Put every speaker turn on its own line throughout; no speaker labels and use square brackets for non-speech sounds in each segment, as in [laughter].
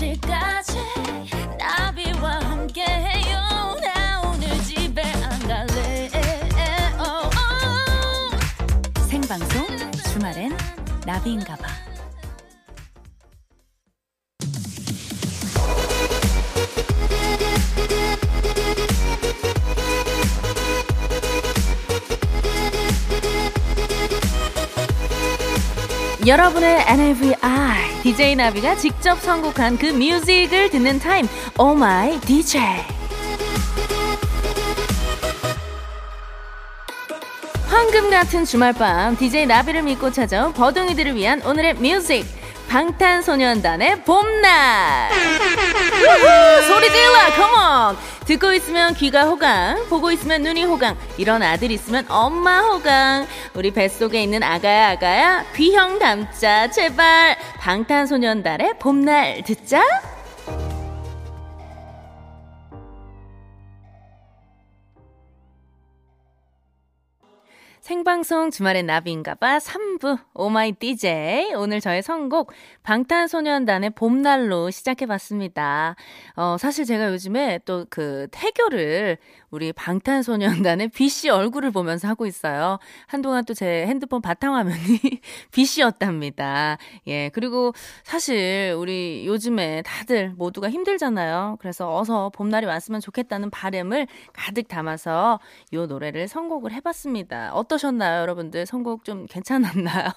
내일까지 나비와 함께해요 나 오늘 집에 안 갈래 어, 어.
생방송 주말엔 나비인가봐. 여러분의 NAVI DJ 나비가 직접 선곡한 그 뮤직을 듣는 타임 Oh My DJ. 황금 같은 주말밤 DJ 나비를 믿고 찾아온 버둥이들을 위한 오늘의 뮤직 방탄소년단의 봄날 우후, 소리 질러 컴온 듣고 있으면 귀가 호강 보고 있으면 눈이 호강 이런 아들 있으면 엄마 호강 우리 뱃속에 있는 아가야 아가야 귀형 담자 제발 방탄소년단의 봄날 듣자 생방송 주말의 나비인가봐 3부 Oh 오마이 DJ 오늘 저의 선곡 방탄소년단의 봄날로 시작해봤습니다. 어 사실 제가 요즘에 또 그 태교를 우리 방탄소년단의 B 씨 얼굴을 보면서 하고 있어요. 한동안 또 제 핸드폰 바탕화면이 [laughs] B 씨였답니다. 예 그리고 사실 우리 요즘에 다들 모두가 힘들잖아요. 그래서 어서 봄날이 왔으면 좋겠다는 바람을 가득 담아서 요 노래를 선곡을 해봤습니다. 어떠셨나요, 여러분들? 선곡 좀 괜찮았나요?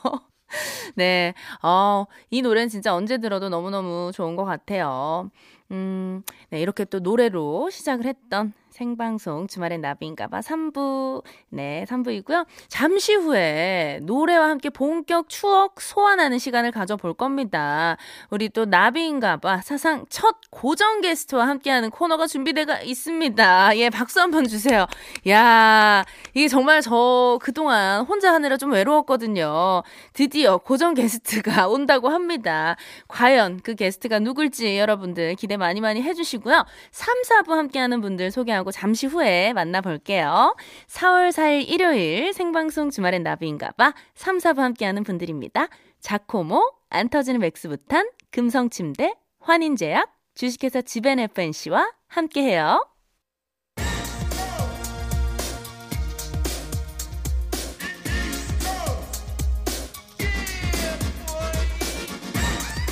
[laughs] 네. 어, 이 노래는 진짜 언제 들어도 너무너무 좋은 것 같아요. 음, 네. 이렇게 또 노래로 시작을 했던 생방송 주말엔 나비인가봐 3부. 네. 3부이고요. 잠시 후에 노래와 함께 본격 추억 소환하는 시간을 가져볼 겁니다. 우리 또 나비인가봐 사상 첫 고정 게스트와 함께하는 코너가 준비되어 있습니다. 예, 박수 한번 주세요. 야, 이게 정말 저 그동안 혼자 하느라 좀 외로웠거든요. 드디어 고정 게스트가 [laughs] 온다고 합니다. 과연 그 게스트가 누굴지 여러분들 기대 많이 많이 해주시고요. 3, 4부 함께하는 분들 소개하고 잠시 후에 만나볼게요. 4월 4일 일요일 생방송 주말엔 나비인가봐 3, 4부 함께하는 분들입니다. 자코모, 안 터지는 맥스부탄, 금성침대, 환인제약, 주식회사 지벤FNC와 함께해요.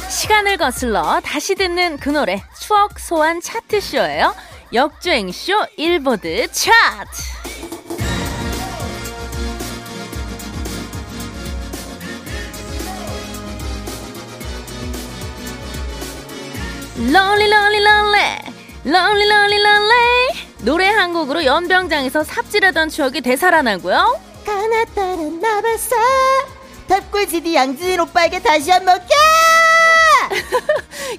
시간을 거슬러 다시 듣는 그 노래 추억 소환 차트쇼예요. 역주행쇼 일보드 차트. 롤리 롤리 롤레 롤리 롤리 롤레 노래 한 곡으로 연병장에서 삽질하던 추억이 되살아나고요
가나다른 나발사 탑골 지디 양진일 오빠에게 다시 한 번 까!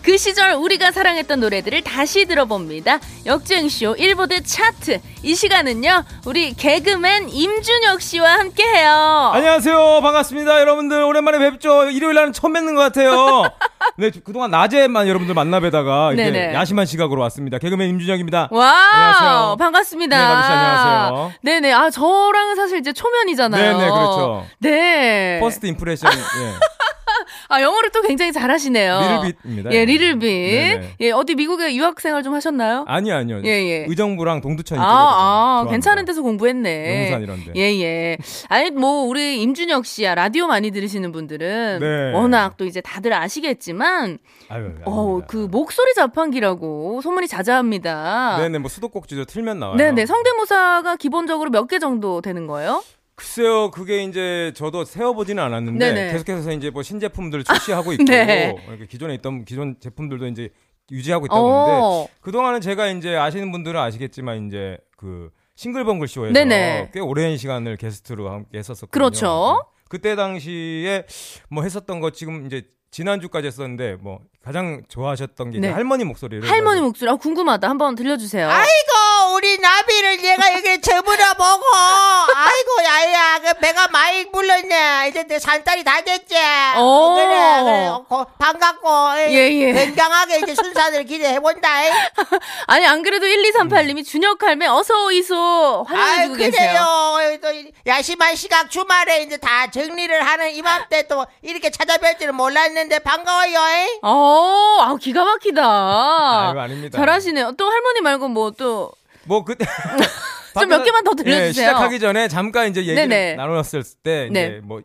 그 시절 우리가 사랑했던 노래들을 다시 들어봅니다 역주행쇼 일보드 차트 이 시간은요 우리 개그맨 임준혁 씨와 함께해요
안녕하세요. 반갑습니다. 여러분들 오랜만에 뵙죠. 일요일 날은 처음 뵙는 것
[laughs]
같아요. 네, 그동안 낮에만 여러분들 만나 뵈다가 이제
네네. 어,
야심한 시각으로 왔습니다. 개그맨 임준혁입니다.
와우
안녕하세요.
반갑습니다.
네, 나비 씨 안녕하세요.
네네 아 저랑은 사실 이제 초면이잖아요.
네네, 그렇죠.
네.
퍼스트 인프레션. 예.
아 [laughs] 영어를 또 굉장히 잘하시네요.
리틀빗입니다.
예 리틀빗.
네네.
예 어디 미국에 유학생활 좀 하셨나요?
아니요, 아니요.
예, 예.
의정부랑 동두천 이쪽에.
아, 아 괜찮은 데서 공부했네.
용산 이런 데.
예, 예. 아니, 뭐, 우리 임준혁 씨야, 라디오 많이 들으시는 분들은
네.
워낙 또 이제 다들 아시겠지만,
아유,
어,
아닙니다.
그 목소리 자판기라고 소문이 자자합니다.
네네, 뭐 수도꼭지도 틀면 나와요.
네네. 성대모사가 기본적으로 몇 개 정도 되는 거예요?
글쎄요, 그게 이제 저도 세어보지는 않았는데
네네.
계속해서 이제 뭐 신제품들
[laughs]
출시하고 있고
네.
이렇게 기존에 있던 기존 제품들도 이제 유지하고 있다는데
어.
그 동안은 제가 이제 아시는 분들은 아시겠지만 이제 그 싱글벙글 쇼에서
네네.
꽤 오랜 시간을 게스트로 함께 했었었거든요.
그렇죠.
네. 그때 당시에 뭐 했었던 거 지금 이제 지난주까지 했었는데 뭐 가장 좋아하셨던 게 이제
네.
할머니 목소리를
할머니 목소리, 아, 궁금하다. 한번 [laughs] 들려주세요.
아이고 우리 나비를 얘가 여기 저물어 먹어. 아이고 야야 그 내가 배가 많이 불렀네. 이제 내 산딸이 다 됐지.
오.
그래, 그래. 어, 고- 반갑고. 예,
예, 예.
건강하게 이제 순산을 기대해본다.
아니 안 그래도 1238님이 준혁 할매 어서 오이소
아유,
환영해주고 계세요.
그래요. 어, 또 이- 야심한 시각 주말에 이제 다 정리를 하는 이맘때 또 이렇게 찾아뵐 줄은 몰랐는데 반가워요. 예.
어, 아우 기가 막히다.
아유, 아닙니다.
잘하시네요. 또 할머니 말고 뭐 또
뭐 그때
[laughs]
[laughs]
좀몇 개만 더 들려주세요.
예, 시작하기 전에 잠깐 이제 얘기를
네네.
나눴을 때 이제
네.
뭐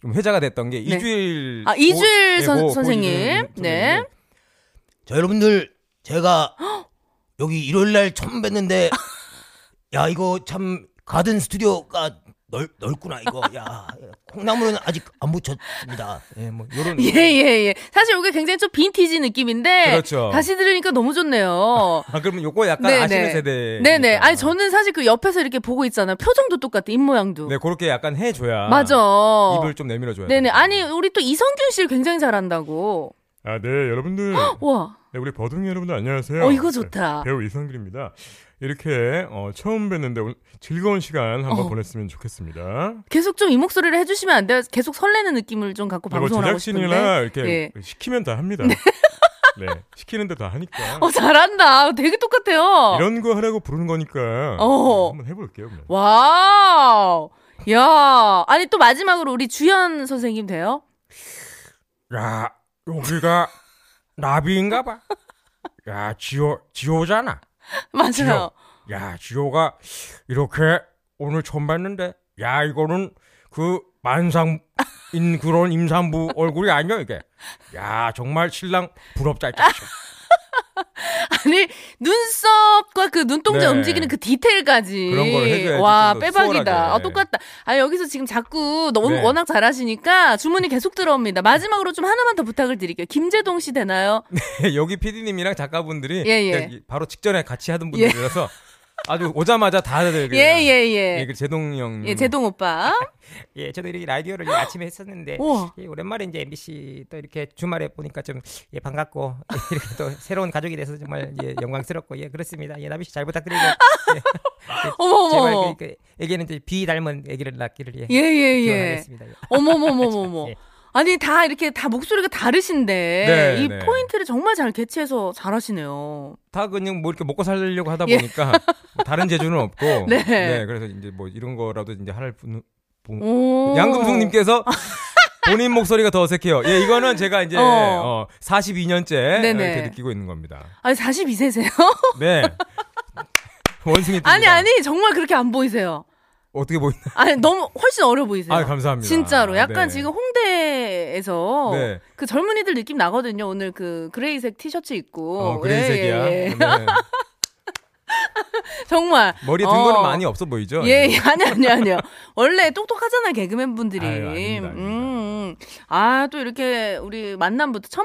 좀 회자가 됐던 게 이주일 예,
아, 이주일 선- 선생님.
고주일
네.
선생님.
자 여러분들 제가 여기 일요일 날 처음 뵀는데 야 이거 참 가든 스튜디오가 넓, 넓구나 이거 야 콩나물은 아직 안 묻혔습니다
예, 뭐 요런
[laughs] 예, 예, 예. 사실 이게 굉장히 좀 빈티지 느낌인데.
그렇죠.
다시 들으니까 너무 좋네요.
아 그러면 요거 약간 아시는 세대
네네. 아니, 저는 사실 그 옆에서 이렇게 보고 있잖아요. 표정도 똑같아, 입모양도.
네 그렇게 약간 해줘야
맞아.
입을 좀 내밀어 줘야
네네. 아니, 우리 또 이성균 씨를 굉장히 잘한다고.
아, 네, 여러분들.
와.
네, 우리 버둥이 여러분들 안녕하세요.
어, 이거
네,
좋다.
배우 이성길입니다. 이렇게 어, 처음 뵀는데 오늘 즐거운 시간 한번
어.
보냈으면 좋겠습니다.
계속 좀 이 목소리를 해주시면 안 돼요? 계속 설레는 느낌을 좀 갖고
그리고
방송을 하고 싶은데.
제작진이나 이렇게
예.
시키면 다 합니다. 네, 시키는데 다 하니까.
어, 잘한다. 되게 똑같아요.
이런 거 하라고 부르는 거니까
어.
네, 한번 해볼게요. 그러면.
와우. 야. 아니, 또 마지막으로 우리 주연 선생님 돼요? [laughs]
야 여기가 나비인가 봐. 야 지호 지호잖아.
맞아요.
야 지호가 이렇게 오늘 처음 봤는데 야 이거는 그 만상인 그런 임산부 얼굴이 아니야 이게. 야 정말 신랑 부럽다. [laughs] 진짜.
아니 눈썹과 그 눈동자
네.
움직이는 그 디테일까지
그런 걸 해줘야지
와
좀더
빼박이다
수월하게.
아, 똑같다 아 여기서 지금 자꾸 너무
네.
워낙 잘하시니까 주문이 계속 들어옵니다 마지막으로 좀 하나만 더 부탁을 드릴게요 김재동 씨 되나요
네. 여기 PD님이랑 작가분들이
예, 예.
그냥 바로 직전에 같이 하던 분들이라서 아주 오자마자 다들 그냥
예예예
예, 그 제동 형.
예, 재동 오빠
예, 저도 이렇게 라디오를 이 아침에 했었는데
우와.
예, 오랜만에 이제 MBC 또 이렇게 주말에 보니까 좀 예, 반갑고 [laughs] 이렇게 또 새로운 가족이 돼서 정말 예, 영광스럽고 예 그렇습니다. 예, 나비 씨 잘 부탁드리고 예,
[laughs]
아,
어머
제발
어머
그, 그 애기는 이제 비 닮은 애기를 낳기를 예,
예예예
기원하겠습니다. 예.
[laughs]
어머머머머머 아니 다 이렇게 다 목소리가
예.
다르신데
네,
이
네.
포인트를 정말 잘 캐치해서 잘하시네요
다 그냥 뭐 이렇게 먹고 살려고 하다
예.
보니까 뭐 다른 재주는 없고
[laughs] 네.
네. 그래서 이제 뭐 이런 거라도 이제 할 분. 분-
오. [laughs]
양금숙님께서 본인 목소리가 더 어색해요. 예, 이거는 제가 이제
어.
어. 42년째 어,
네네.
이렇게 느끼고 있는 겁니다. [laughs]
아니 42세세요
네. 원숭이 띠입니다.
아니 아니 정말 그렇게 안 보이세요.
어떻게 보이나?
아니 너무 훨씬 어려 보이세요.
아, 감사합니다.
네. 진짜로 약간
네.
지금 홍대에서
네.
그 젊은이들 느낌 나거든요. 오늘 그 그레이색 티셔츠 입고
어, 그레이색이야.
예, 예, 예.
네.
정말
머리에 든 거는
어.
많이 없어 보이죠?
예, 예, 아니, 아니, 아니요. 원래 똑똑하잖아, 개그맨 분들이.
아유, 아닙니다, 아닙니다.
음, 아, 또 이렇게 우리 만남부터, 첫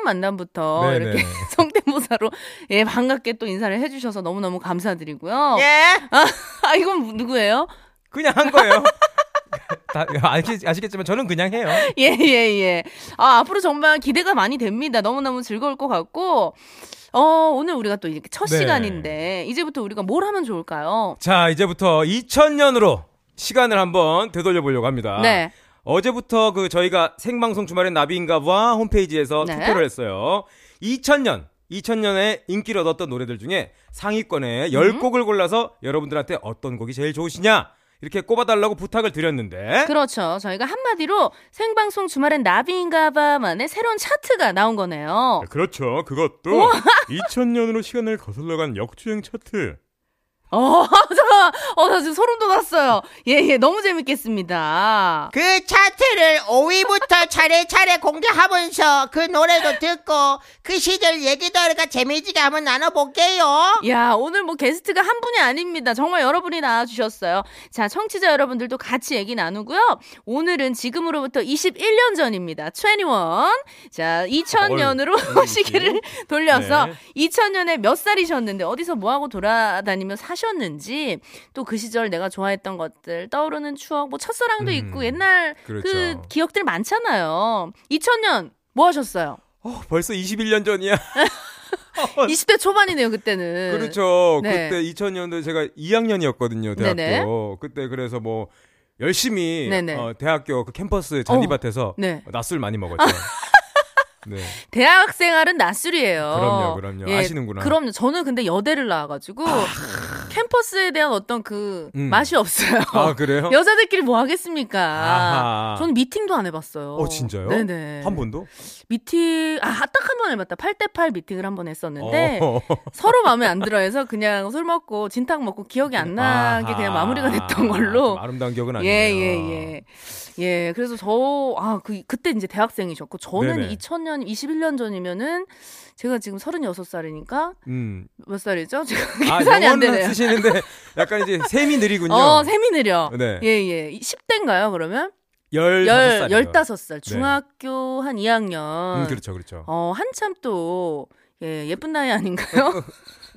네,
만남부터 어,
네.
이렇게 [laughs] 성대모사로, 예, 반갑게 또 인사를 해주셔서 너무너무 감사드리고요.
예.
아, 이건 누구예요?
그냥 한 거예요. [laughs] 다 아시, 아시겠지만 저는 그냥 해요.
예, 예, 예. 아, 앞으로 정말 기대가 많이 됩니다. 너무너무 즐거울 것 같고. 어, 오늘 우리가 또 이렇게 첫
네.
시간인데, 이제부터 우리가 뭘 하면 좋을까요?
자, 이제부터 2000년으로 시간을 한번 되돌려 보려고 합니다.
네.
어제부터 그 저희가 생방송 주말엔 나비인가봐 홈페이지에서
네.
투표를 했어요. 2000년 2000년에 인기를 얻었던 노래들 중에 상위권에 10곡을 골라서 여러분들한테 어떤 곡이 제일 좋으시냐 이렇게 꼽아달라고 부탁을 드렸는데
그렇죠. 저희가 한마디로 생방송 주말엔 나비인가봐만의 새로운 차트가 나온 거네요.
네, 그렇죠. 그것도 2000년으로 시간을 거슬러 간 역주행 차트.
어, [laughs] 잠깐만. 어, 나 지금 소름 돋았어요. 예, 예. 너무 재밌겠습니다.
그 차트를 5위부터 차례차례 공개하면서 그 노래도 듣고 그 시절 얘기도 하니까 재미지게 한번 나눠볼게요.
야, 오늘 뭐 게스트가 한 분이 아닙니다. 정말 여러분이 나와주셨어요. 자, 청취자 여러분들도 같이 얘기 나누고요. 오늘은 지금으로부터 21년 전입니다. 21. 자,
아,
2000년으로 [laughs] 시기를 돌려서
네.
2000년에 몇 살이셨는데 어디서 뭐하고 돌아다니며 사셨는지 또 그 시절 내가 좋아했던 것들 떠오르는 추억, 뭐 첫사랑도
음,
있고 옛날 그
그렇죠.
기억들 많잖아요. 2000년 뭐 하셨어요?
어, 벌써 21년 전이야.
20대 초반이네요, 그때는.
어. 그렇죠.
네.
그때 2000년도 제가 2학년이었거든요. 대학교.
네네.
그때 그래서 뭐 열심히
네네.
어, 대학교 그 캠퍼스 잔디밭에서
네.
낮술 많이
[laughs]
먹었죠. 네.
대학 생활은 낯술이에요. 예,
그럼요, 그럼요. 아시는구나. 아.
그럼요. 저는 근데 여대를 나와가지고 캠퍼스에 대한 어떤 그
음.
맛이 없어요.
아 그래요?
[laughs] 여자들끼리 뭐 하겠습니까?
아하.
저는 미팅도 안 해봤어요.
어 진짜요?
네네.
한 번도?
미팅 아 딱 한 번 해봤다. 8대8 미팅을 한 번 했었는데
어. [laughs]
서로 마음에 안 들어해서 그냥 술 먹고 진탕 먹고 기억이 안 나게
아하.
그냥 마무리가 됐던
좀
걸로.
아름다운 기억은 아니에요.
예 예예 예, 그래서 저아그 그때 이제 대학생이셨고 저는
네네.
2000년 21년 전이면은 제가 지금 36살이니까
음.
[laughs] 몇 살이죠? 지금
아
계산이 안
영어는
되네요.
쓰시는데 약간 이제 셈이 느리군요.
[laughs] 어 셈이 느려.
네.
예예 10대인가요 그러면? 열
15살이요. 네.
15살 중학교 한 2학년.
음, 그렇죠, 그렇죠.
어 한참 또 예, 예쁜 나이
[laughs]
아닌가요?
네.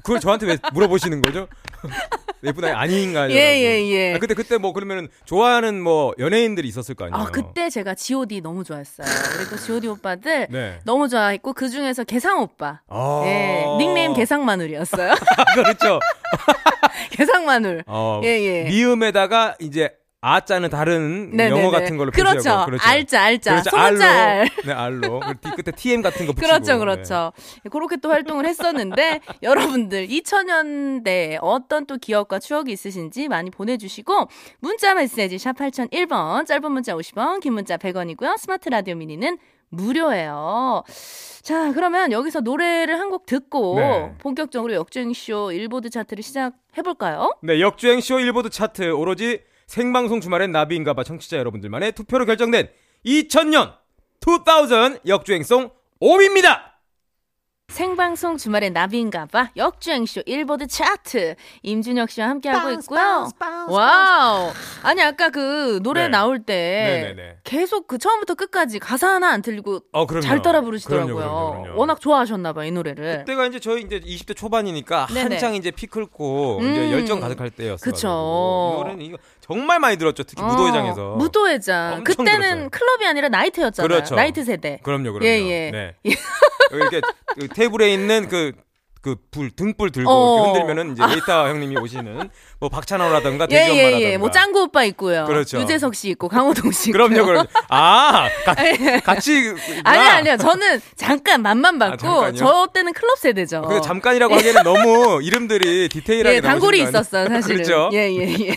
그걸 저한테 왜 물어보시는
[laughs]
거죠? 예쁜 아이 아닌가요?
예, 예, 예.
아, 근데 그때 뭐 그러면 좋아하는 뭐 연예인들이 있었을 거 아니에요?
아, 그때 제가 G.O.D 너무 좋아했어요. 그리고 G.O.D 오빠들
네.
너무 좋아했고 그 중에서 개상 오빠.
아.
예, 닉네임 개상 마늘이었어요.
그렇죠.
개상 마늘.
어,
[laughs] 예, 예.
미음에다가 이제 아자는 다른
네,
영어
네, 네.
같은 걸로
그렇죠.
표시하고
알자, 알자.
그렇죠.
소문자 알.
알로. 네, 알로. 그리고 뒤- 그때 TM 같은 거 붙이고.
[laughs]
네.
그렇죠, 그렇죠. 그렇게 또 활동을 했었는데 [laughs] 여러분들 2000년대 어떤 또 기억과 추억이 있으신지 많이 보내주시고 문자 메시지 샵 8001번 짧은 문자 50원 긴 문자 100원이고요. 스마트 라디오 미니는 무료예요. 자, 그러면 여기서 노래를 한 곡 듣고
네.
본격적으로 역주행쇼 일보드 차트를 시작해볼까요?
네, 역주행 쇼 일보드 차트 오로지 생방송 주말엔 나비인가봐 청취자 여러분들만의 투표로 결정된 2000년 2000 역주행송 5위입니다.
생방송 주말에 나비인가봐 역주행쇼 일보드 차트 임준혁 씨와 함께하고 있고요. 와우. 아니 아까 그 노래
네.
나올 때
네네네.
계속 그 처음부터 끝까지 가사 하나 안 틀리고
어, 그럼요.
잘 따라 부르시더라고요.
그럼요, 그럼요, 그럼요.
워낙 좋아하셨나 봐요, 이 노래를.
그때가 이제 저희 이제 20대 초반이니까
네네.
한창 이제 피 끓고
음.
이제 열정 가득할 때였어요.
그쵸.
노래는 이거 정말 많이 들었죠. 특히
어,
무도회장에서.
무도회장.
엄청
그때는
들었어요.
클럽이 아니라 나이트였잖아요.
그렇죠.
나이트 세대.
그럼요, 그럼요.
예, 예.
네. 여기 이렇게 그 테이블에 있는 그 그 불 등불 들고
어.
이렇게 흔들면은 이제 데이터 형님이 오시는 뭐 박찬호라든가
예,
대지엄마라든가
예, 예. 뭐 짱구 오빠 있고요.
그렇죠.
유재석 씨 있고
[laughs]
강호동 씨 있고.
그럼요, 그럼요. 아, 가- 같이.
예. 아니 아니요. 저는 잠깐 맛만 받고
아, 잠깐요?
저 때는 클럽 세대죠.
그 잠깐이라고 하기에는 너무 이름들이 디테일하게
어. 예, 단골이
나오시는 거 아니-
있었어요, 사실은.
그렇죠.
예, 예, [laughs] 예.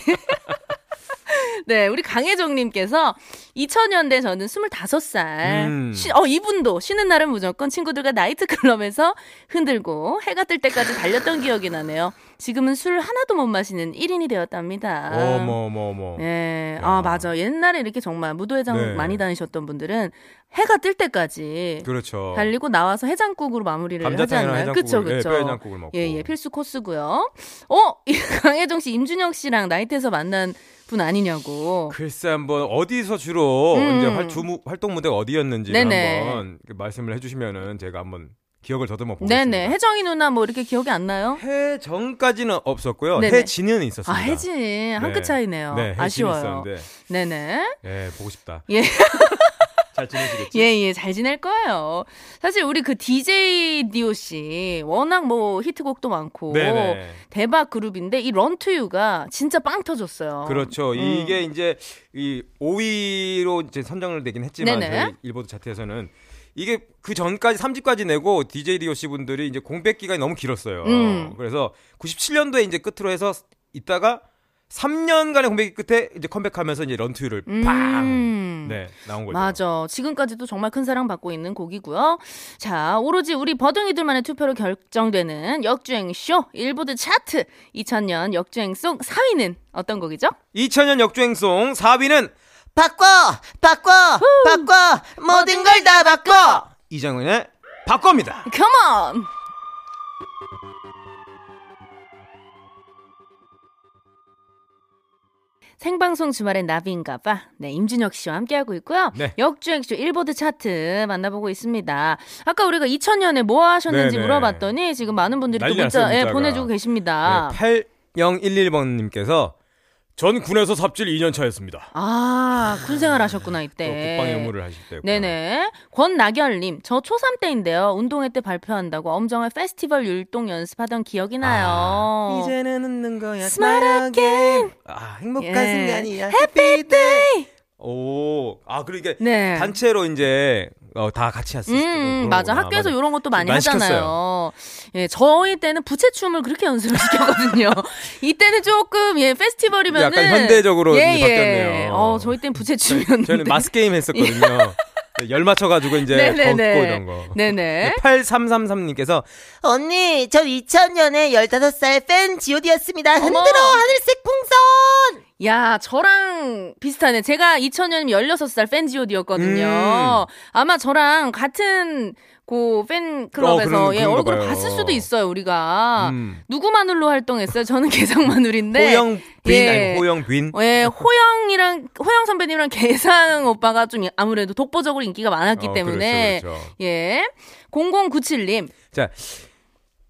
네, 우리 강혜정님께서 2000년대 저는 25살.
음.
쉬, 어, 이분도 쉬는 날은 무조건 친구들과 나이트클럽에서 흔들고 해가 뜰 때까지 달렸던 기억이 나네요. 지금은 술 하나도 못 마시는 1인이 되었답니다.
어머, 어머, 어머.
예,
야.
아, 맞아. 옛날에 이렇게 정말 무도회장
네.
많이 다니셨던 분들은 해가 뜰 때까지
그렇죠.
달리고 나와서 해장국으로 마무리를 하지
감자탕이랑
않나요?
해장국을,
그쵸,
예,
그쵸.
뼈 해장국을 먹고.
예, 예, 필수 코스고요. 어, [laughs] 이 강혜정 씨, 임준혁 씨랑 나이트에서 만난 분 아니냐고.
글쎄 한번 어디서 주로
음.
이제 활, 주무, 활동 무대가 어디였는지
네네.
한번 그 말씀을 해주시면은 제가 한번 기억을 더듬어 보겠습니다.
네네. 혜정이 누나 뭐 이렇게 기억이 안 나요?
해정까지는 없었고요.
네네.
해진은
아,
있었습니다.
혜진. 한
네.
끗 차이네요.
네, 해진
아쉬워요.
있었는데
네네.
예, 보고 싶다.
예.
잘 지내시겠지?
예, 예, 잘 지낼 거예요. 사실 우리 그 DJ 디오 씨, 워낙 뭐 히트곡도 많고,
네네.
대박 그룹인데, 이 런투유가 진짜 빵 터졌어요.
그렇죠.
음.
이게 이제 이 5위로 이제 선정을 되긴 했지만
네네.
저희 일보드 차트에서는 이게 그 전까지 3집까지 내고 DJ 디오 씨 분들이 이제 공백 기간이 너무 길었어요.
음.
그래서 97년도에 이제 끝으로 해서 있다가 3년간의 공백 끝에 이제 컴백하면서 이제 런투유를 빵
음.
네, 나온 거죠.
맞아. 지금까지도 정말 큰 사랑 받고 있는 곡이고요. 자, 오로지 우리 버둥이들만의 투표로 결정되는 역주행 쇼 일보드 차트 2000년 역주행 송 4위는 어떤 곡이죠?
2000년 역주행송 4위는
바꿔 바꿔 바꿔 모든 걸 다 바꿔
이장훈의 바꿔입니다.
Come on. 생방송 주말엔 나비인가봐. 네, 임준혁 씨와 함께하고 있고요.
네.
역주행쇼 일보드 차트 만나보고 있습니다. 아까 우리가 2000년에 뭐 하셨는지
네네.
물어봤더니 지금 많은 분들이 또
난리
문자
났어요, 네,
예,
문자가.
보내주고 계십니다.
네, 8011번님께서 전 군에서 삽질 2년 차였습니다.
아, 군생활 하셨구나,
또
이때.
국방 의무를 하실 때.
네. 네네. 권나결님, 저 초3 때인데요. 운동회 때 발표한다고 엄정한 페스티벌 율동 연습하던 기억이 나요.
아, 이제는 웃는 거야.
어. 스마트 게임.
아, 행복한
예.
순간이야.
해피데이.
오, 아 그리고 이게
네.
단체로 이제 어, 다 같이 했었고.
음, 맞아. 학교에서 이런 것도 많이,
많이
하잖아요. 예, 저희 때는 부채춤을 그렇게 연습을 [laughs] 시켰거든요. 이때는 조금, 예, 페스티벌이면.
약간 현대적으로 이제 바뀌었네요.
어, 저희 때는 부채춤이었는데.
저희는 마스 게임
[laughs]
했었거든요.
예.
네, 열 맞춰가지고 이제 벗고 이런 거.
네, 네네.
8333님께서
언니, 저 2000년에 15살 팬 지오디였습니다. 흔들어, 하늘색 풍선!
네.
야, 저랑 비슷하네. 제가 2000년 16살 팬지오디였거든요.
음.
아마 저랑 같은 그 팬클럽에서
어, 그런-
예,
그런가
얼굴을
봐요.
봤을 수도 있어요, 우리가.
음.
누구 마늘로 활동했어요? 저는 [laughs] 개성 마늘인데.
호영 빈
예.
아니 호영 빈.
예, 호영이랑 호영 선배님이랑 개상 오빠가 좀 아무래도 독보적으로 인기가 많았기
어,
때문에
그렇죠, 그렇죠.
예. 0097님.
자,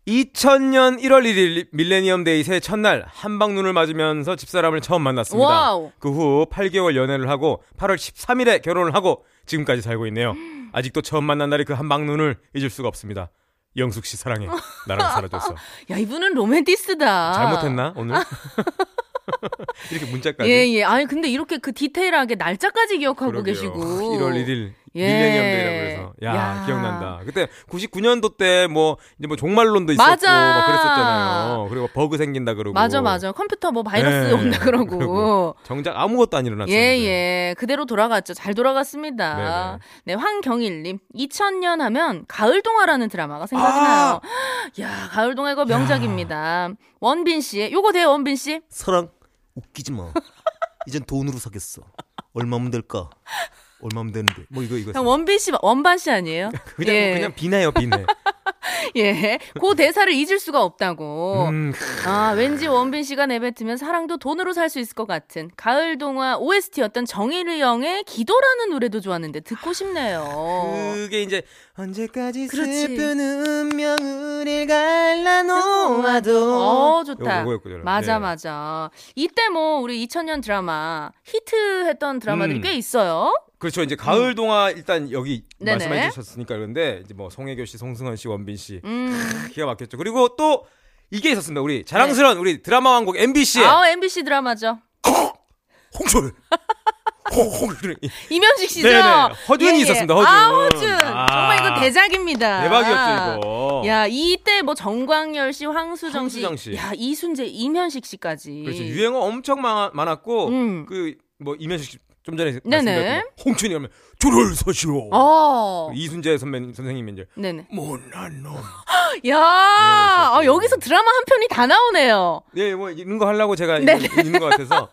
2000년 1월 1일 밀레니엄 데이 새 첫날 한방눈을 맞으면서 집사람을 처음 만났습니다.
와우.
그 후 8개월 연애를 하고 8월 13일에 결혼을 하고 지금까지 살고 있네요.
[gasps]
아직도 처음 만난 날의 그 한방눈을 잊을 수가 없습니다. 영숙 씨 사랑해.
[laughs]
나랑 살아줬어.
야, 이분은 로맨티스다.
잘못했나
[laughs]
오늘? 이렇게 문자까지.
예, 예. 아니, 근데 이렇게 그 디테일하게 날짜까지 기억하고
그러게요.
계시고.
1월 1일
예.
밀레니엄 데이라고 그래서 야,
야.
기억난다. 그때 99년도 때 뭐 이제 뭐 종말론도 있었고
맞아.
막 그랬었잖아요. 그리고 버그 생긴다 그러고
맞아, 맞아. 컴퓨터 뭐 바이러스
네. 뭐.
온다
[laughs]
그러고.
그리고 정작 아무것도 안 일어났어요.
예, 예. 그대로 돌아갔죠. 잘 돌아갔습니다. 네 황경일님. 2000년 하면 가을동화라는 드라마가 생각나요.
아!
[gasps] 야, 가을동화 이거 명작입니다. 원빈 씨의, 요거 돼요, 원빈 씨?
사랑 웃기지 마. 이젠 돈으로 사겠어. 얼마면 될까? 얼마면 되는데.
뭐 이거 이거.
그냥 원빈 씨, 원반 씨 아니에요?
[laughs] 그냥
예.
그냥 비나요 비네.
예. 그 대사를 잊을 수가 없다고.
음,
아, 왠지 원빈 씨가 내뱉으면 사랑도 돈으로 살 수 있을 것 같은 가을 동화 OST였던 정일영의 기도라는 노래도 좋았는데 듣고 싶네요.
그게 이제 언제까지
그렇지.
슬픈 운명을
어, 음,
갈라놓아도.
좋다.
어, 요거, 요거였군요.
맞아,
네.
맞아. 이때 뭐 우리 2000년 드라마 히트했던 드라마들이
음.
꽤 있어요.
그렇죠. 이제 가을 동화 일단 여기
음. 네네.
말씀해 주셨으니까 그런데 이제 뭐 송혜교 씨, 송승헌 씨, 원빈 씨
음.
기가 막혔죠. 그리고 또 이게 있었습니다. 우리 자랑스러운 우리 드라마 왕국 MBC의
네. 아, MBC 드라마죠. [laughs]
홍철. 홍철.
이면식 씨죠.
네네. 허준이 있었습니다, 허준.
아, 허준.
아.
정말 이거 대작입니다.
대박이었죠 이거.
아. 야 이때 뭐 정광열 씨, 황수정 씨,
황수정 씨.
야 이순재, 이면식 씨까지.
그렇죠. 유행어 엄청 많, 많았고
음.
그 뭐 이면식 씨좀 전에
네네.
말씀드렸던 홍춘이 하면 줄을 서시오.
어.
이순재 선배 선생님이 이제
네네.
못난 놈.
야, 아, 여기서 드라마 한 편이 다 나오네요.
예, 뭐 이런 거 하려고 제가 이거 있는 것 같아서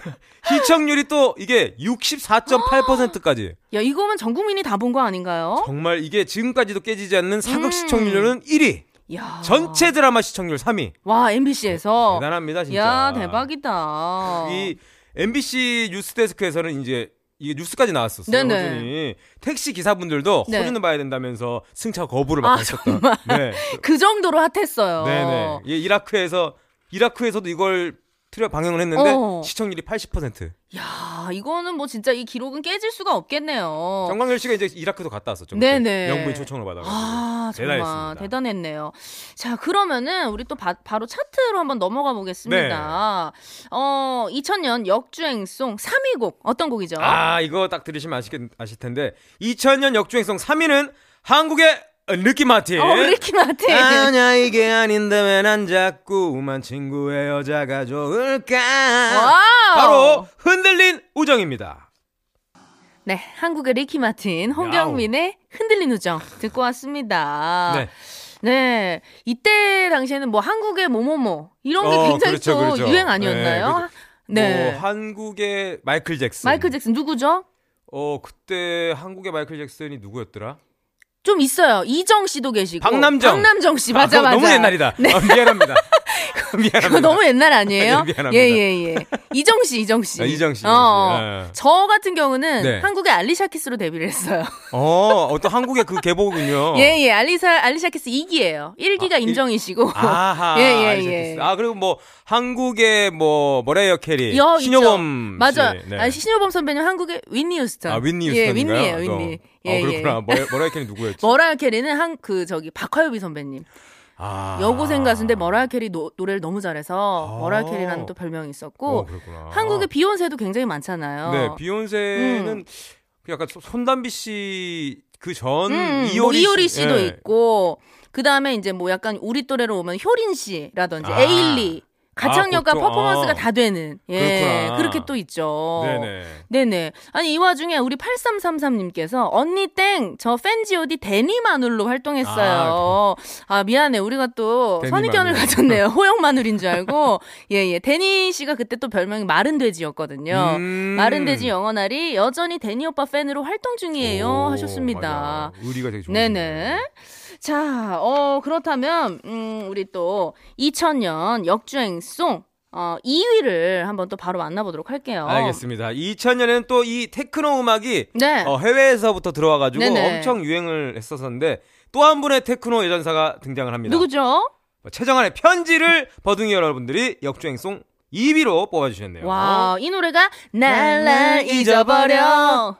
[laughs] 시청률이 또 이게 64.8%까지
야, 이거면 전 국민이 다 본 거 아닌가요?
정말 이게 지금까지도 깨지지 않는 사극
음.
시청률은 1위,
야.
전체 드라마 시청률 3위.
와, MBC에서.
대단합니다 진짜.
어. 야, 대박이다.
이 MBC 뉴스데스크에서는 이제 이게 뉴스까지 나왔었어요.
네네.
허준이 택시 기사분들도
네.
허준을 봐야 된다면서 승차 거부를
아,
막 했었던.
정말. [laughs]
네.
그 정도로 핫했어요.
네네. 이 이라크에서 이라크에서도 이걸 틀어 방영을 했는데
어.
시청률이 80%.
야, 이거는 뭐 진짜 이 기록은 깨질 수가 없겠네요.
정광열 씨가 이제 이라크도 갔다 왔었죠. 그때.
어. 네네.
영부인 초청을 받아가지고.
아, 정말
대단했습니다.
대단했네요. 자, 그러면은 우리 또 바, 로 차트로 한번 넘어가 보겠습니다.
네.
어, 2000년 역주행송 3위 곡 어떤 곡이죠?
아 이거 딱 들으시면 아시, 아실 텐데 2000년 역주행송 3위는 한국의 느낌 마틴.
어, 리키 마틴.
아냐 이게 아닌데 왜 난 자꾸만 친구의 여자가 좋을까
와우.
아, 바로 흔들린 우정입니다
네, 한국의 리키 마틴, 홍경민의 흔들린 우정 듣고 왔습니다.
네.
네, 이때 당시에는 뭐 한국의 뭐뭐뭐 이런 게
어,
굉장히
그렇죠,
또
그렇죠.
유행
네,
아니었나요?
그래서
네.
뭐 네. 한국의 마이클 잭슨
마이클 잭슨 누구죠?
어 그때 한국의 마이클 잭슨이 누구였더라
좀 있어요. 이정 씨도 계시고.
박남정.
씨, 맞아,
그거
맞아. 네.
너무 옛날이다 아, 미안합니다 미안합니다.
[laughs] 그거 너무
[laughs]
옛날
네,
아니에요?
미안합니다.
예예예. 이정 씨, 이정 씨.
아, 이정 씨, 이정 씨.
어,
예.
저 같은 경우는
네.
한국의 알리샤 키스로 데뷔를 했어요.
어, 어떤 한국의 그 계보군요.
[laughs] 예예. 알리샤 알리샤 키스 2기예요. 1기가
아, 일-
임정희씨고.
아하.
예예예.
알겠습니다. 아, 그리고 뭐, 한국의 뭐, 뭐래요, 캐리.
여
신효범.
있죠. [laughs] 맞아.
씨. 네.
아, 신효범 선배님 한국의 윈니 유스턴.
아, 윈니
예,
유스턴인가요?
윈니예요, 예.
어.
윈니.
아, 그렇구나. 뭐래, 뭐래요, 캐리
[laughs]
누구였지?
머라이어 캐리는 한 그 저기 박화요비 선배님
아.
여고생 가수인데 머라이어 캐리 노, 노래를 너무 잘해서
아.
머라이어 캐리라는 또 별명이 있었고
어, 그렇구나.
한국의 어. 음. 비욘세도 굉장히 많잖아요.
네, 비욘세는 그 약간 소- 손담비 씨 그 전
음,
이효리,
뭐 이효리
씨-
씨도
예.
있고 그 다음에 이제 뭐 약간 우리 또래로 오면 효린 씨라든지
아.
에일리 가창력과
아, 그것도,
퍼포먼스가
아.
다 되는 예
그렇구나.
그렇게 또 있죠.
네네.
네네. 아니 이 와중에 우리 8333님께서 언니 땡 저 팬지오디 데니 마눌로 활동했어요. 아, 미안해 우리가 또
데니
선입견을
마눌.
가졌네요. [laughs] 호영 마눌인 줄 알고 예예 데니 씨가 그때 또 별명이 마른 돼지였거든요.
음.
마른 돼지 영원할이 여전히 데니 오빠 팬으로 활동 중이에요
오, 맞아.
하셨습니다.
의리가 되게 좋으시네요.
네네. 자, 어, 그렇다면, 음, 우리 또 2000년 역주행송, 어, 2위를 한번 또 바로 만나보도록 할게요.
알겠습니다. 2000년에는 또 이 테크노 음악이
네.
어, 해외에서부터 들어와가지고
네네.
엄청 유행을 했었는데 또 한 분의 테크노 예전사가 등장을 합니다. 어?
누구죠?
뭐 최정한의 편지를 [laughs] 버둥이 여러분들이 역주행송 2위로 뽑아주셨네요.
와, 이 노래가 날 날 잊어버려.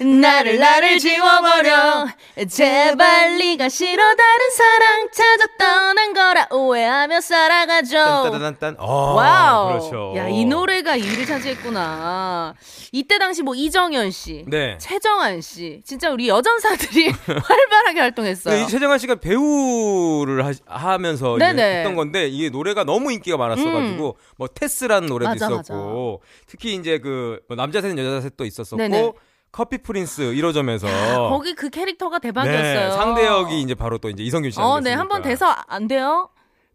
나를 나를 지워버려 제발 네가 싫어 다른 사랑 찾아 떠난 거라 오해하며 살아가죠
딴따다단딴. 어,
와우
그렇죠.
야 이 노래가 2위를 차지했구나 이때 당시 뭐 이정현 씨
네.
최정한 씨 진짜 우리 여전사들이 [laughs] 활발하게 활동했어요
근데 네, 이 최정한 씨가 배우를 하, 면서
네네. 음.
했던 건데 이게 노래가 너무 인기가 많았어가지고 뭐 테스라는 노래도
맞아,
있었고 특히 이제 그뭐 남자 셋 여자 셋도 있었었고
네네.
커피 프린스 1호점에서
[laughs] 거기 그 캐릭터가 대박이었어요
네, 상대역이 이제 바로 또 이제 이성균 씨.
어, 네, 한 번 돼서 안 돼요?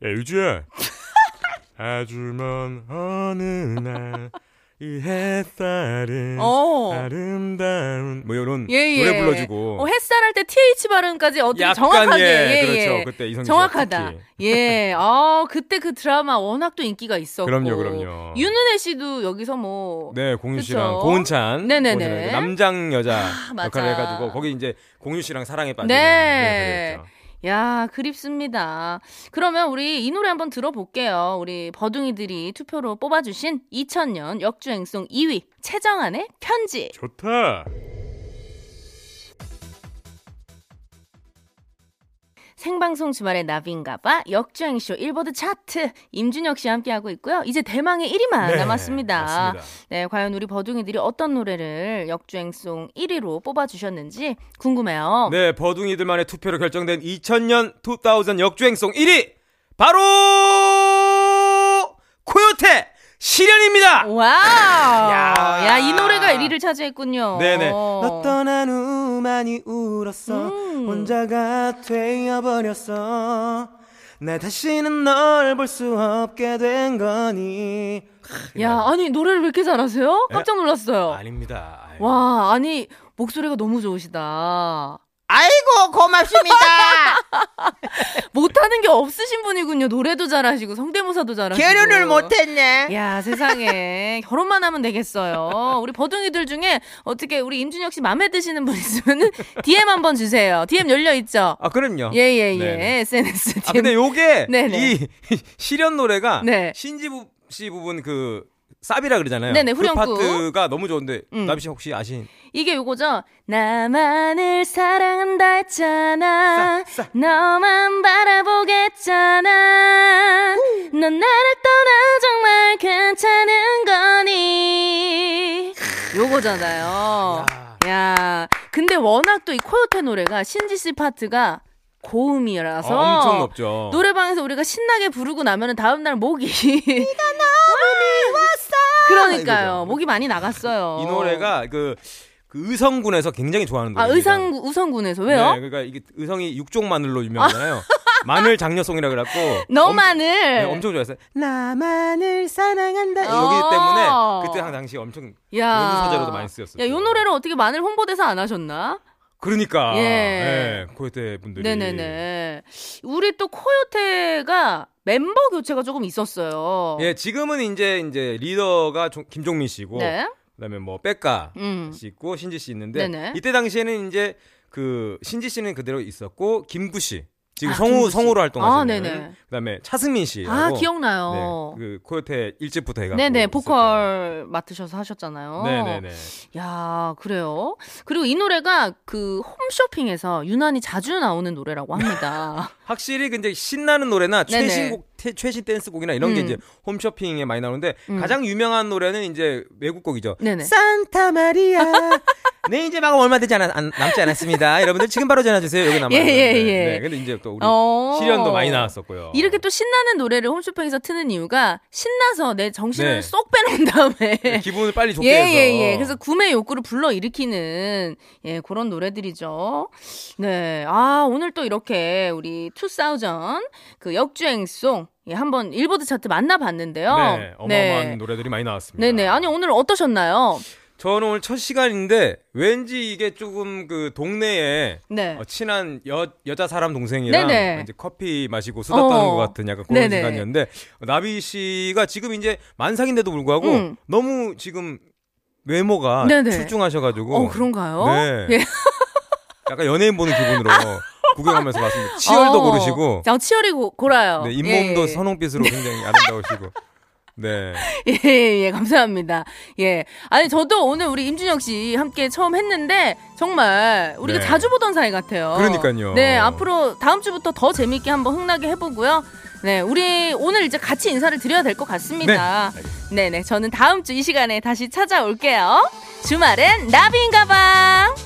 예,
야,
[laughs]
유주야. 아주먼 어느 날, 이 햇살은
어.
아름다운.
뭐 이런
예, 예.
노래 불러주고.
어, 햇살 할 때 TH 발음까지 어떻게
약간,
정확하게.
예,
예,
그렇죠.
예.
그때 이성균 씨가
정확하다.
특히.
예. 아, 그때 그 드라마 워낙 또 인기가 있었고.
그럼요, 그럼요.
윤은혜 씨도 여기서 뭐.
네, 공유
그쵸?
씨랑 고은찬.
네네네.
고은찬 역할, 남장 여자
맞아.
역할을 해가지고 거기 이제 공유 씨랑 사랑에 빠지는.
네.
그랬죠.
야, 그립습니다. 그러면 우리 이 노래 한번 들어볼게요. 우리 버둥이들이 투표로 뽑아주신 2000년 역주행송 2위 최정안의 편지.
좋다.
생방송 주말의 나비인가봐 역주행쇼 일보드 차트 임준혁 씨 함께하고 있고요. 이제 대망의 1위만
네,
아, 남았습니다.
맞습니다.
네, 과연 우리 버둥이들이 어떤 노래를 역주행송 1위로 뽑아주셨는지 궁금해요.
네, 버둥이들만의 투표로 결정된 2000년 2000 역주행송 1위 바로 코요태 시련입니다.
와우!
야.
야, 이 노래가 1위를 차지했군요.
네네. 너 떠난 후 많이 울었어.
음.
혼자가 되어버렸어. 나 다시는 널 볼 수 없게 된 거니.
야, 아니, 노래를 왜 이렇게 잘하세요? 깜짝 놀랐어요.
네. 아닙니다. 아유.
와, 아니, 목소리가 너무 좋으시다.
아이고 고맙습니다.
[laughs] 못하는 게 없으신 분이군요. 노래도 잘하시고, 성대모사도 잘하시고.
결혼을 못했네.
야 세상에 결혼만 하면 되겠어요. 우리 버둥이들 중에 어떻게 우리 임준혁 씨 마음에 드시는 분 있으면은 [laughs] DM 한번 주세요. DM 열려 있죠.
아, 그럼요.
예예예
네네.
SNS DM.
아, 근데 요게
네네.
이 [laughs] 시련 노래가
네.
신지부 씨 부분 그 쌉이라 그러잖아요.
네네,
그
후렴구.
파트가 너무 좋은데
음.
나비 씨 혹시 아신?
이게 요거죠. 나만을 사랑한다 했잖아. 너만 바라보겠잖아. 넌 나를 떠나 정말 괜찮은 거니. 요거잖아요. 야, 근데 워낙 또 이 코요태 노래가 신지 씨 파트가 고음이라서
어, 엄청 높죠.
노래방에서 우리가 신나게 부르고 나면은 다음 날 목이 네가 [laughs] 너무 미웠어. 그러니까요.
이거죠.
목이 많이 나갔어요.
이 노래가 그, 그 의성군에서 굉장히 좋아하는 노래.
아, 의상, 우성군에서. 왜요?
네, 그러니까 이게 의성이 육종 마늘로 유명하잖아요.
[laughs]
마늘 장려송이라 그래갖고 엄-
너만을.
네, 엄청 좋아했어요. 나만을 사랑한다.
어. 아.
여기 때문에 그때 한 당시 엄청 연주소재로도 많이 쓰였어요.
야, 요 노래를 어떻게 마늘 홍보대사 안 하셨나?
그러니까.
예.
예. 그때 분들이.
네네네. 우리 또 코요태가 멤버 교체가 조금 있었어요.
예, 지금은 이제 이제 리더가 조- 김종민 씨고
네.
그다음에 뭐 백가
음.
씨 있고 신지 씨 있는데
네네.
이때 당시에는 이제 그 신지 씨는 그대로 있었고 김구 씨 지금
아,
성우
김구 씨.
성우로
아,
활동하시는
네네.
그다음에 차승민 씨
아, 기억나요.
네, 그 코요태 일집부터 해가지고
네, 네,
있었고요.
보컬 맡으셔서 하셨잖아요.
네네네.
야, 그래요. 그리고 이 노래가 그 홈쇼핑에서 유난히 자주 나오는 노래라고 합니다.
[laughs] 확실히 근데 신나는 노래나
네네.
최신 곡 태- 최신 댄스 곡이나 이런 게
음.
이제 홈쇼핑에 많이 나오는데
음.
가장 유명한 노래는 이제 외국 곡이죠.
네네.
산타 마리아. [laughs] 네 이제 막 얼마 되지 않았, 안- 남지 않았습니다. 여러분들 지금 바로 전화 주세요. 여기 남아요.
예, 예,
네,
예.
네, 근데 이제 또 우리
어.
시련도 많이 나왔었고요.
이렇게 또 신나는 노래를 홈쇼핑에서 트는 이유가 신나서 내 정신을
네.
쏙 빼놓은 다음에
기분을 빨리 좋게 해서.
예. [laughs] 예예예. 그래서 구매 욕구를 불러 일으키는 예 그런 노래들이죠. 네. 아 오늘 또 이렇게 우리 2000그 역주행송 예, 한번 일보드 차트 만나봤는데요.
네, 어마어마한
네.
노래들이 많이 나왔습니다.
네네. 아니 오늘 어떠셨나요?
저는 오늘 첫 시간인데 왠지 이게 조금 그 동네에
네.
어, 친한 여, 여자 사람 동생이랑
네네.
이제 커피 마시고 수다 떠는
어.
것 같은 약간 그런
네네.
시간이었는데 어, 나비 씨가 지금 이제 만삭인데도 불구하고
음.
너무 지금 외모가
네네.
출중하셔가지고
어 그런가요?
네.
예.
[laughs]
아.
약간 연예인 보는 기분으로 구경하면서 봤습니다. 치열도
어.
고르시고
어, 치열이 고, 골아요.
네,
예,
잇몸도
예.
선홍빛으로 굉장히 아름다우시고 네.
[laughs] 예, 예, 예, 감사합니다. 예. 아니, 저도 오늘 우리 임준혁 씨 함께 처음 했는데, 정말 우리가
네.
자주 보던 사이 같아요.
그러니까요.
네, 앞으로 다음 주부터 더 재밌게 한번 흥나게 해보고요. 네, 우리 오늘 이제 같이 인사를 드려야 될 것 같습니다. 네, 네, 저는 다음 주 이 시간에 다시 찾아올게요. 주말엔 나비인가방!